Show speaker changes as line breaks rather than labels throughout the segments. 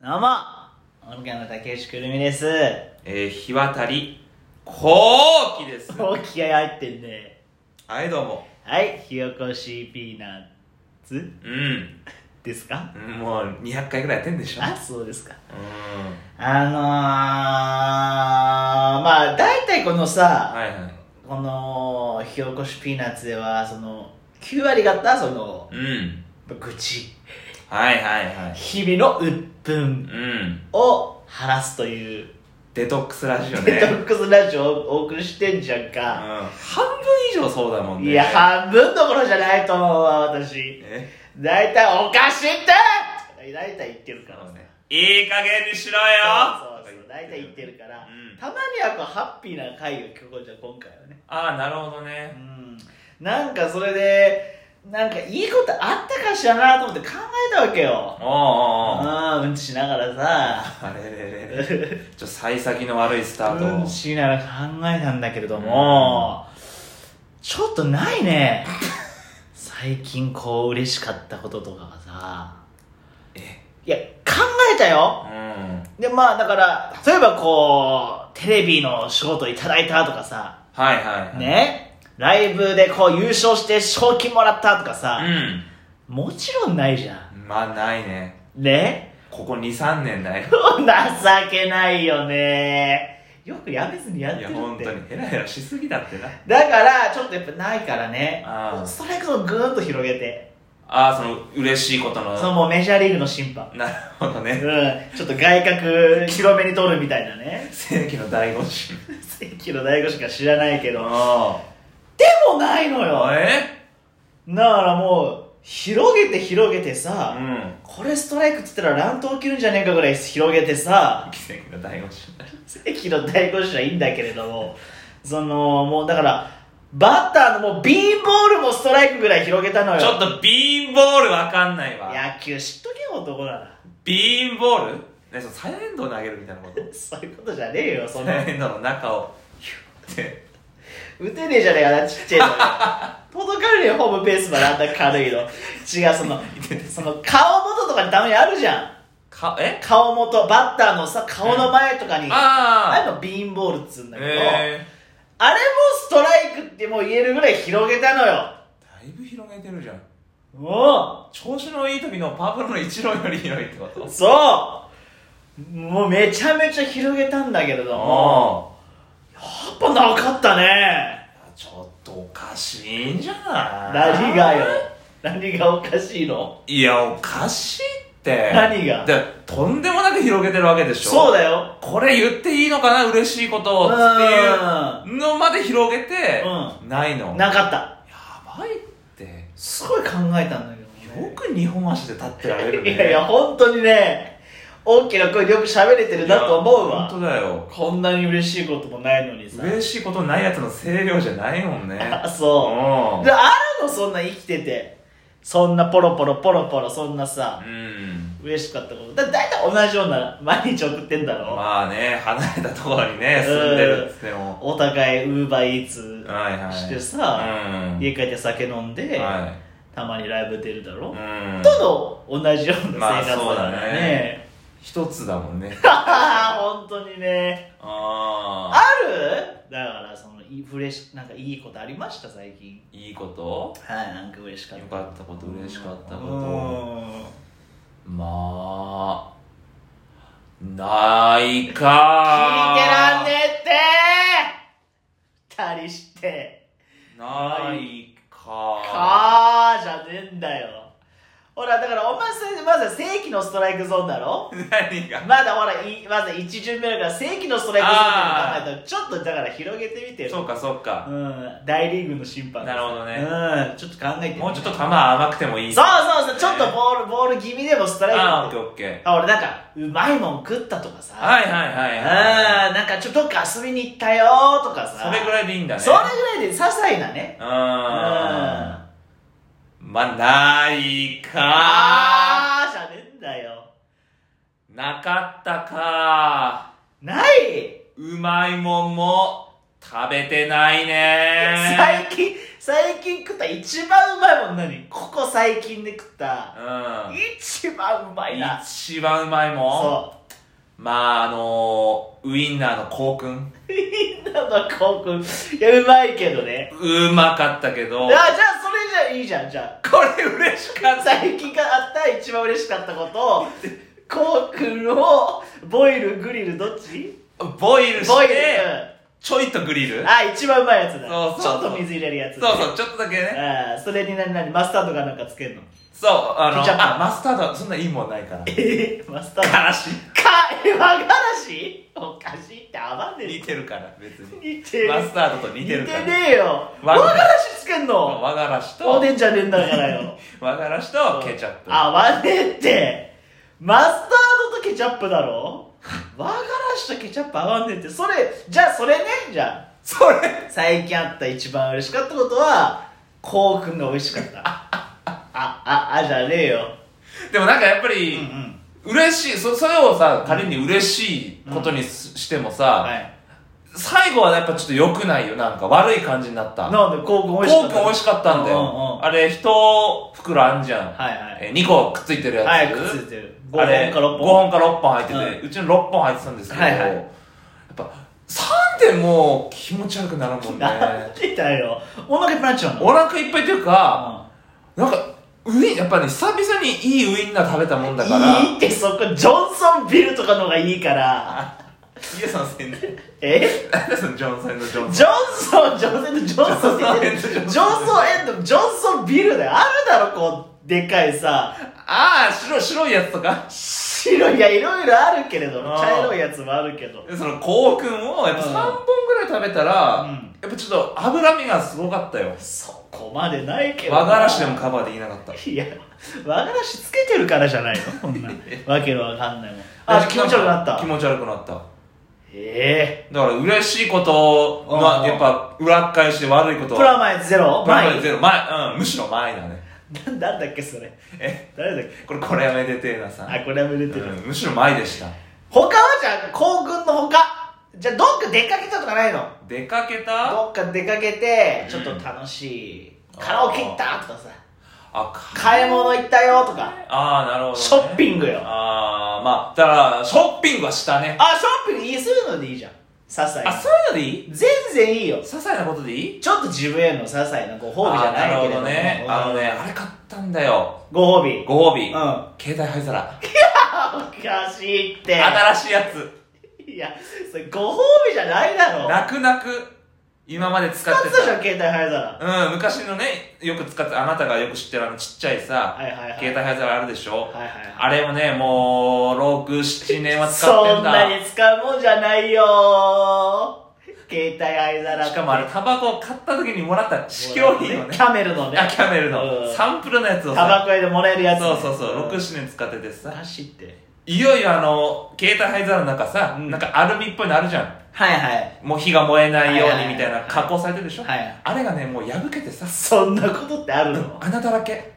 どうも音楽の竹内くるみ です。
えー、日渡り、こうきです。
お、気合入ってんね。
はい、どうも。
はい、ひよこしピーナッツ
うん。
ですか
もう、200回ぐらいやってんでしょ。
あ、そうですか。
うん。
あのー、まあ、大体このさ、
はいはい。
この、ひよこしピーナッツでは、その、9割方、その、
うん。
愚痴、
はいはいはい。
日々の鬱
う
憤
ん。
を晴らすという、
デトックスラジオ
デ
ね。
ト
うん。
ックスラジオをお送りしてんじゃんか。
半分以上そうだもんね。
いや、半分どころじゃないと思うわ、私。
え
大体おかしいって大体言ってるから
そう
さ
ねいい加減にしろよ
そうそうそう大体言ってるから、
うん
たまにはこうハッピーな回が聞こえちゃう今回はね
ああ、なるほど
う
ね。
んなんかそれでなんかいいことあったかしらなと思って考えたわけよ
おおおう
あーうんちしながらさ
あれれれれ。ちょ、幸先の悪いスター
うん
ト
ち。しながら考えたんだけれども、ちょっとないね最近こう嬉しかったこととかがさ
え
いや考えたよ
うん。
でまあだから例えばこうテレビの仕事いただいたとかさ
はいはいはい。。
ねライブでこう優勝して賞金もらったとかさ、もちろんないじゃ
うん。まあ、ないね。
んね
ここ2、3年ない。
情けないよねよくやめずにやっ
い
て
や
るっ
本
て
当にヘラヘラしすぎだってな
だからちょっとやっぱないからね
あー
それこそぐーんと広げて
ああその嬉しいことの
そのもうメジャーリーグの審判
なるほど
うん
ね
ちょっと外角広めに取るみたいなね
世紀の第五神
世紀の大悟しか知らないけど
あ
でもないのよ
あえ
だからもう広げて広げて
う
さ、
ん
これストライクって言ったら乱闘切るんじゃねえかぐらい広げてさ
世紀の第五
正規の第5種はいいんだけれども そのもうだからバッターのもう B ボールもストライクぐらい広げたのよ
神ちょっとビーンボールわかんないわ
野球知っとけよ男なら
ビーンボールねそのサイレンドを投げるみたいなこと
そういうことじゃねえよその
サイレンドの中をヒュッて
打てねえじゃねえかなちっちゃいのよ 届かるよホームベースまであんな軽いの違うそのその顔元とかにたまにあるじゃん
かえ
顔元バッターのさ顔の前とかに、あれ
ああ
のビーンボールっつうんだけど、
ええ
あれもストライクってもう言えるぐらい広げたのよ
だいぶ広げてるじゃん
も
調子のいい時のパブロの一郎より広いってこと
うそうもうめちゃめちゃ広げたんだけれども
あ
やっぱなかったね
ちょっとおかしいんじゃない
何がよ何がおかしいの
いやおかしいって
何が
でとんでもなく広げてるわけでしょ
そう
だ
だよ
これ言っていいのかな嬉しいこと
う
をって
ん
いうのまで広げて、
う
ないのや
なかった
ばいって
すごい考えたんだけどね
よく日本足で立ってられる
い
ね
やいや本当にね大きな声でよく喋れてるなと思うわ
本当だよ
こんなに嬉しいこともないのにさ
嬉しいことないやつの声量じゃないもん ね
あそううんであるのそんな生きててそんなポロポロポロポロそんなさ
うん
嬉しかったことだ大体同じような毎日送ってんだろ、
まあね離れたところにね住んでるっつっても
お互いウーバーイーツ
はいはい
してさ、
うん
家帰って酒飲んで、
は
たまにライブ出るだろ、
いうん
との同じような生活だか
まあそう
らね
だね,、一つだもん ね
本当にね
ああ
あるだからそのいい嬉しなんかいいことありました最近
いいこと
はいなんか嬉しかっ
良
た
かったこと嬉しかったこ
う
と
ん
まあないか
聞いてらんねえって二人して
ない
「
か
かー」じゃねえんだよほらだからお前さまず正規のストライクゾーンだろ
何が
まだほらいまず一巡目だから正規のストライクゾーンって考えたらちょっとだから広げてみてよ
そうかそう
う
か
ん大リーグの審判
なるほどね
うんちょっと考えてみて
もうちょっと球甘くてもいい
そうそうそうちょっとボールボール気味でもストライク
ああオ
って
ッケーオッケ
あ俺なんかうまいもん食ったとかさ
ーはいはいはいは
あーなんかちょっとどっか遊びに行ったよーとか
い
さ
それぐらいでいいんだね
それぐらいで些細なね
うんまあないか
あーじゃねえんだよ
なかったか
ないう
まいもんも食べてないね
最近、最近食った一番うまいもん何ここ最近で食った、一番うま
う
い
ん
な。
一番うまいもん
そ
まああのウインナーのコウくん
う。みんなの興奮。いや、うまいけどね。
うまかったけ
あ、
ど
じゃあそれじゃいいじゃん、じゃ
これ嬉しか
あ。
っ
最近があった一番嬉しかったことを、こうくんを、ボイル、グリル、どっち
たボイルし
ボイル。
てちょいとグリ
う
ル
んあ、一番うまいやつだ。
そうそうそう
ちょっと水入れるやつ。
そうそうちょっとだけね
あーそれに何何マスタードかなんかつけるの
そうあの
ケチャップ
あマスタードそんないいもんないから
えマスタードか
悲し
え和がらしおかしいって合わね
い
え
似てるから別に
似てる
マスタードと似てるから
ねえよ和
和
がらしつけんの
和がらし
お
と
でんじゃねえんだからよ
和がらしとケチャップ
合わねえってマスタードとケチャップだろ和がらしとケチャップ合わねえってそれじゃあそれねじゃあ
それ
最近あった一番嬉しかったことはこうくんが美味しかった あああじゃねえよ
でもなんかやっぱ
うんう
り
ん
嬉しいそそれをさ仮に嬉しいことにすしてもさ
はい
最後はやっぱちょっと良くないよなんか悪い感じになったコ
なんでコーク美味しか
ー
った
ク美味しかったんだ
うんうんう
よ
ん
あれ一袋あんじゃ
は
ん
いはい
2個くっついてるやつ
はいくっついてる5
あれ
本か6
5
本
本か6本入ってて、うちの6本入ってたんですけど、
はいはい
やっぱ3でもう気持ち悪くなるもん
なん
ね
でだよお腹いっぱいになっちゃうの
お腹いっぱいというか、
う
なんかウインやっぱね久々にいいウインナー食べたもんだか
ん
ら
いいってそこジョンソンビルとかの方がいいから
ヒゲさん宣伝
え
何だそのジョンソンのジョン
ジ
ソン
ョンソンジョンソンジョンソンジ
ジ
ョ
ョ
ン
ン
ソンエンドジョンソンビルだよあるだろこうでかいさ
ああ白白いやつとか
白いいやいろいろあるけれども
あー
茶色いやつもあるけど
そのコウ君をやっぱ3本ぐらい食べた
う
ら、
ん
やっぱちょっと脂身がすごかったよ
そこまでないけどな
和がらしでもカバーできなかった
いや、和がらしつけてるからじゃないのこ んな。わけのわかんないもん。あ、気持ち悪くなった
気。持ち悪くなった
ええ
だから嬉しいこと
うん
まあやっぱ裏返して悪いこと
プラマイゼロ
プラマイ
イ
ゼロ前うんむしろ前だね
ななんだっけ、それ。
え
誰だっけ
これこれやめててーなさん
あ、これはめでてる。
うんむしろ前でした
他はじゃあ、行軍の他。じゃあ、どっか出かけたとかないの
出かけた
どっか出かけて
う、ん
ちょっと楽しい。カラオケ行ったとかさ、
あ
買い物行ったよとか、
ああなるほど、ね、
ショッ
ング
ピングよ。
ああまあだからショッピングはしたね
あ、ショッピングいい、そういうのでいいじゃん。些細
あ
な。
そういうのでいい
全然いいよ。
些細なことでいい
ちょっと自分への些細なご褒美じゃない
あ
け
ーな
れ
る
ど
ほ
も
どねあのねあれ買ったんだよ
ご褒美
ご褒美、
うんお
携帯灰皿
かしいって
新しいやつ
いやそれご褒美じゃないだろ
泣く泣く今まで使っ
使
て
ってたじ
た
ゃん携帯早皿
うん、昔のね、よく使って、あなたがよく知ってるあのちっちゃいさ、
はいはいはい
携帯灰皿あるでしょ
はいはいはい
あれもね、もう、6、7年は使って
そ
ん
ん
だ。
なに使うもんじゃないよ携帯灰皿
しかもあれ、タバコを買った時にもらった試供品をね
キ、ャメルのね
あ、キャメル
う
の
ん
サンプルのやつ
タ
をさ、
バコ屋でもらえるやつね
そうそうそう、6、
ん
7年使っててさ、
走って
いよいよあの、携帯灰皿の中さ、
うん
なんかアルミっぽいのあるじゃん。
はいはい
もう火が燃えないよ
は
う
いはい
に
はい
みたいな加工されてるでしょ
はい
あれがね、もう破けてさ、
そんなことってあるの
穴だらけ。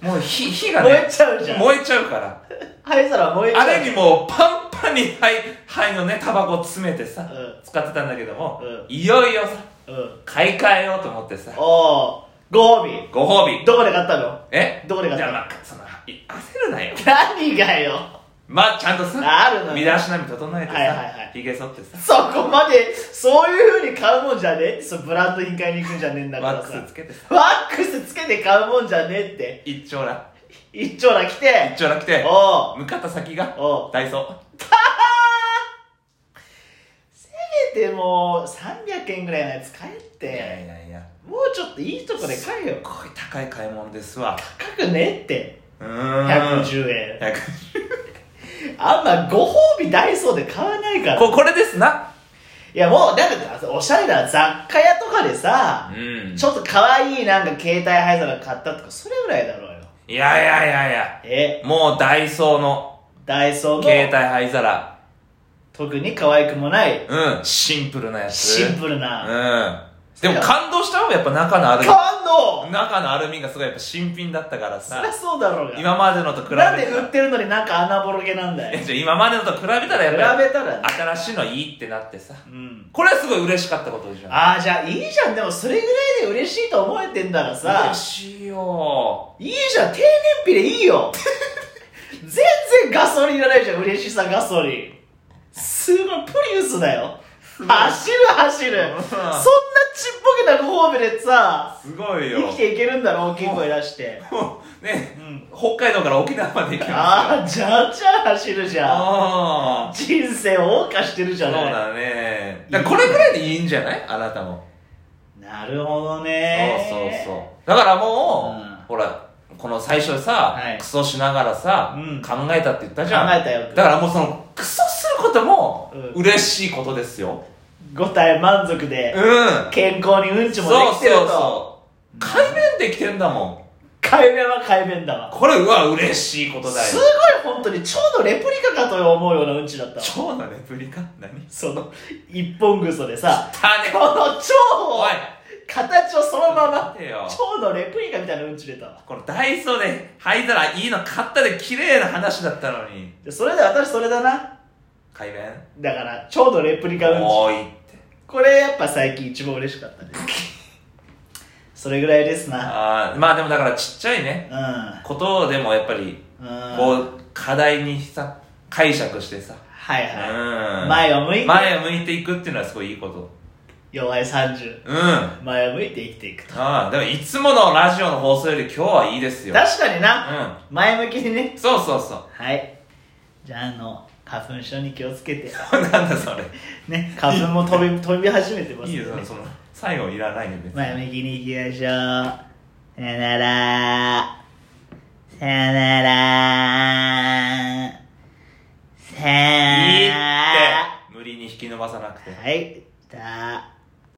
も う火、火が
燃
ね
え、ちゃうじゃん
燃えちゃうから。
灰皿燃えちゃ
あ
う
れにもうパンパンに灰灰のねタバコを詰めてさ、
うん
使ってたんだけども、
うん
いよいよさ
うん
買い替えようと思ってさ
おおご褒美
ご褒美
どこで買ったの
え
どこで買
じ
っ
ゃ
た
あ
の
まあそのい焦るなよ
何がよ
まあちゃんとさ
あるのよ
身だしなみ整えてさ、
はいはいはい
ひげ剃ってさ
そこまでそういう風に買うもんじゃねえってそうブランド品買いに行くんじゃねえんだか
ワッ
らさ
クスつけてさ
ワックスつけて買うもんじゃねえって
一丁ら
一丁ら来て
一丁ら来て
おう
向かった先が
おう
ダイソー
せめてもう300円ぐらいのやつ買えっ
いや
て
いやいや
もうちょっといいとこで買えよ
こういう高い買い物ですわ
高くねえって
うーん
110円
100
あんまご褒美ダイソーで買わないから
ここれですない
やもうだっておしゃれな雑貨屋とかでさ
うん
ちょっと可愛いなんか携帯灰皿買ったとかそれぐらいだろうよ
いやいやいやいや
え
もうダイソーの
ダイソ
携
ー
帯
の
灰皿
特に可愛くもない
うんシンプルなやつ
シンプル
う
な、
んでも感動したもんやっぱ中のアルミ
感動
中のアルミがすごいやっぱ新品だったから
そ
さ
りゃそうだろうが
今までのと比べた
な
ら
んで売ってるのになんか穴ぼろげなんだ
え
よ
じゃあ今までの と比べたら
比べ
やっぱり
たらね
新しいのいいってなってさ
うん
これはすごい嬉しかったことじゃん
ああじゃあいいじゃんでもそれぐらいで嬉しいと思えてんだからさ
嬉しいよ
いいじゃん低燃費でいい よ全然ガソリンいらないじゃん嬉しさガソリンすごいプリウスだよ走る走る
うん
そんなちっぽけなご褒美でさ
すごいよ
生きていけるんだろ大きい声出して
もうね
うん
北海道から沖縄まで行きます
ああじゃあじゃあ走るじ
よ
ゃん
ああ
人生を謳歌してるじ
そ
ゃ
う
ない
だねだからこれぐらいでいいんじゃないあなたも
なるほど
そう
ね
そうそうだからもう、
うん
ほらこの最初さ、
はい
クソしながらさ、
うん
考えたって言ったじゃん
考えたよ
だからもうそのクソすることも
うん
嬉しいことですよ
五体満足
うん、
で健康にうんちもできてると
そうそうそう改便できてんだもん
改便は改便だわ
これうわ嬉しいことだよ
すごい本当に蝶のレプリカかと思うようなうんちだったわ
超のレプリカ何
その一本ぐそでさ
たね
この蝶を
おい
形をそのまま
待てよ
蝶のレプリカみたいなうんち出たわ
このダイソーで灰皿いいの買ったで綺麗な話だったのに
でそれで私それだな
改便
だから蝶のレプリカうんち
もういいって
これやっぱ最近一番嬉しかったねそれぐらいですな
あーまあでもだからちっちゃいね
う
ことでもやっぱり
んうん
こ
はいう
課題にさ解釈してさ、
は
うん、
い前を向いて
前を向いていくっていうのはすごいいいこと
弱い30
うんあ
前を向いて生きていくと
あでもいつものラジオの放送より今日はいいですよ
確かにな
う
前向きにね
んそうそうそ
はいじゃああの花粉症に気をつけて
うなんだそれ
ね花粉も飛び飛び始めてます
いい
よ
よ
ね
その最後いらないよ別に
前向きに行きましょうさよならさよならさよ
いいっ
なら
て無理に引き伸ばさなくて
はい。じゃあ、